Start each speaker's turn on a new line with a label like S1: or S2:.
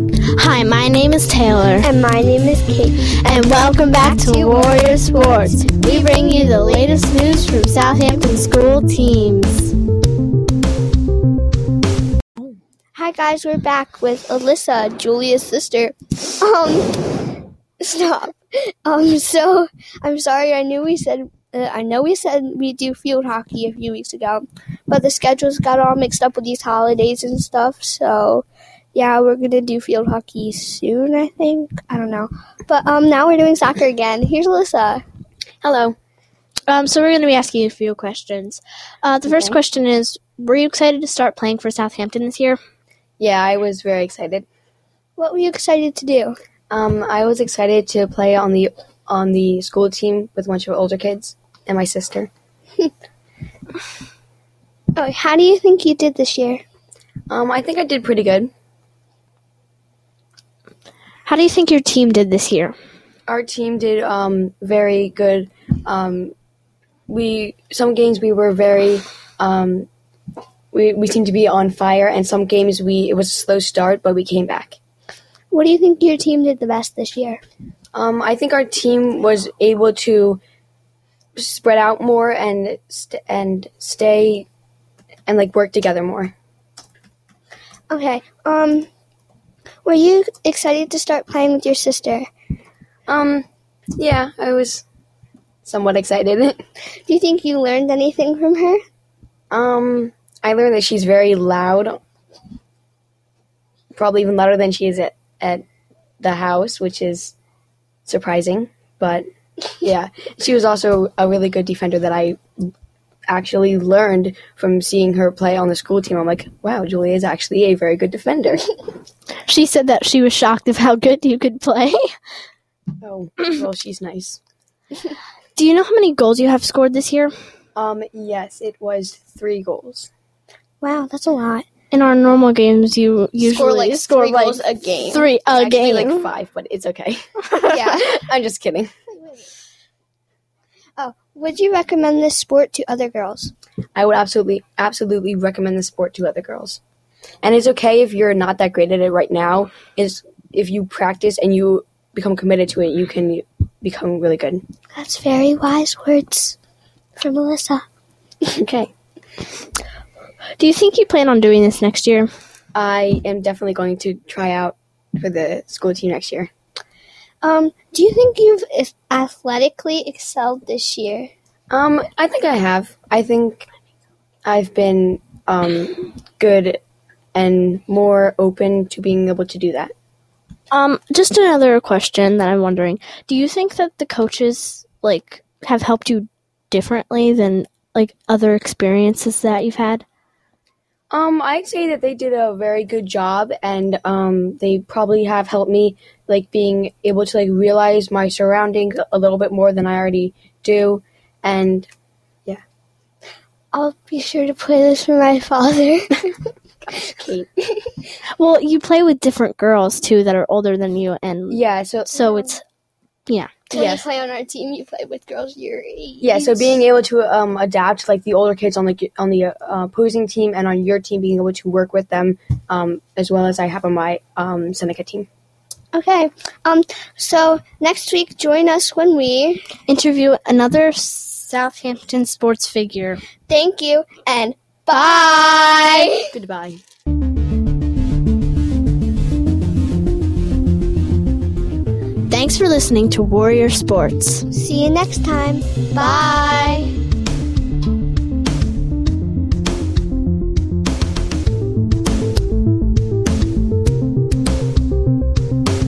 S1: And my name is Taylor.
S2: And my name is Kate.
S1: And welcome back to Warrior Sports. We bring you the latest news from Southampton school teams.
S2: Hi guys, we're back with Alyssa, Julia's sister. Um, stop. Um, so I'm sorry. I knew we said uh, I know we said we do field hockey a few weeks ago, but the schedules got all mixed up with these holidays and stuff. So yeah, we're gonna do field hockey soon. I think I don't know, but um, now we're doing soccer again. Here's Alyssa.
S3: Hello. Um, so we're going to be asking you a few questions. Uh, the first
S2: Okay.
S3: question is, were you excited to start playing for Southampton this year?
S4: Yeah, I was very excited.
S2: What were you excited to do?
S4: Um, I was excited to play on the on the school team with a bunch of older kids and my sister.
S2: Oh, how do you think you did this year?
S4: Um, I think I did pretty good.
S3: How do you think your team did this year?
S4: Our team did um, very good. Um, we some games we were very um, we we seemed to be on fire, and some games we it was a slow start, but we came back.
S2: What do you think your team did the best this year?
S4: Um, I think our team was able to spread out more and st- and stay and like work together more.
S2: Okay. Um, were you excited to start playing with your sister?
S4: Um, yeah, I was somewhat excited.
S2: Do you think you learned anything from her?
S4: Um, I learned that she's very loud, probably even louder than she is at, at the house, which is surprising. But yeah, she was also a really good defender that I actually learned from seeing her play on the school team. I'm like, wow, Julia is actually a very good defender.
S3: She said that she was shocked of how good you could play.
S4: oh, well, she's nice.
S3: do you know how many goals you have scored this year?
S4: Um, yes, it was three goals.
S2: Wow, that's a lot.
S3: In our normal games, you usually
S4: like,
S3: score
S4: three
S3: like
S4: goals a game.
S3: Three a
S4: Actually,
S3: game.
S4: like five, but it's okay.
S2: Yeah.
S4: I'm just kidding.
S2: Oh, would you recommend this sport to other girls?
S4: I would absolutely, absolutely recommend the sport to other girls. And it's okay if you're not that great at it right now. Is if you practice and you become committed to it, you can become really good.
S2: That's very wise words from Melissa.
S4: Okay.
S3: do you think you plan on doing this next year?
S4: I am definitely going to try out for the school team next year.
S2: Um, do you think you've if- athletically excelled this year?
S4: Um, I think I have. I think I've been um, good and more open to being able to do that.
S3: Um, just another question that I'm wondering. Do you think that the coaches like have helped you differently than like other experiences that you've had?
S4: Um, I'd say that they did a very good job, and um, they probably have helped me, like being able to like realize my surroundings a little bit more than I already do, and
S2: I'll be sure to play this for my father.
S4: Kate.
S3: Well, you play with different girls too that are older than you and
S4: Yeah, so
S3: so it's
S2: When
S4: Yes.
S2: you play on our team, you play with girls your age.
S4: yeah, so being able to um adapt to, like the older kids on the on the uh, opposing team and on your team, being able to work with them, um, as well as I have on my um Seneca team.
S2: Okay. Um. So next week, join us when we
S3: interview another Southampton sports figure.
S2: thank you and bye.
S4: Goodbye.
S3: Thanks for listening to Warrior Sports.
S2: See you next time. Bye.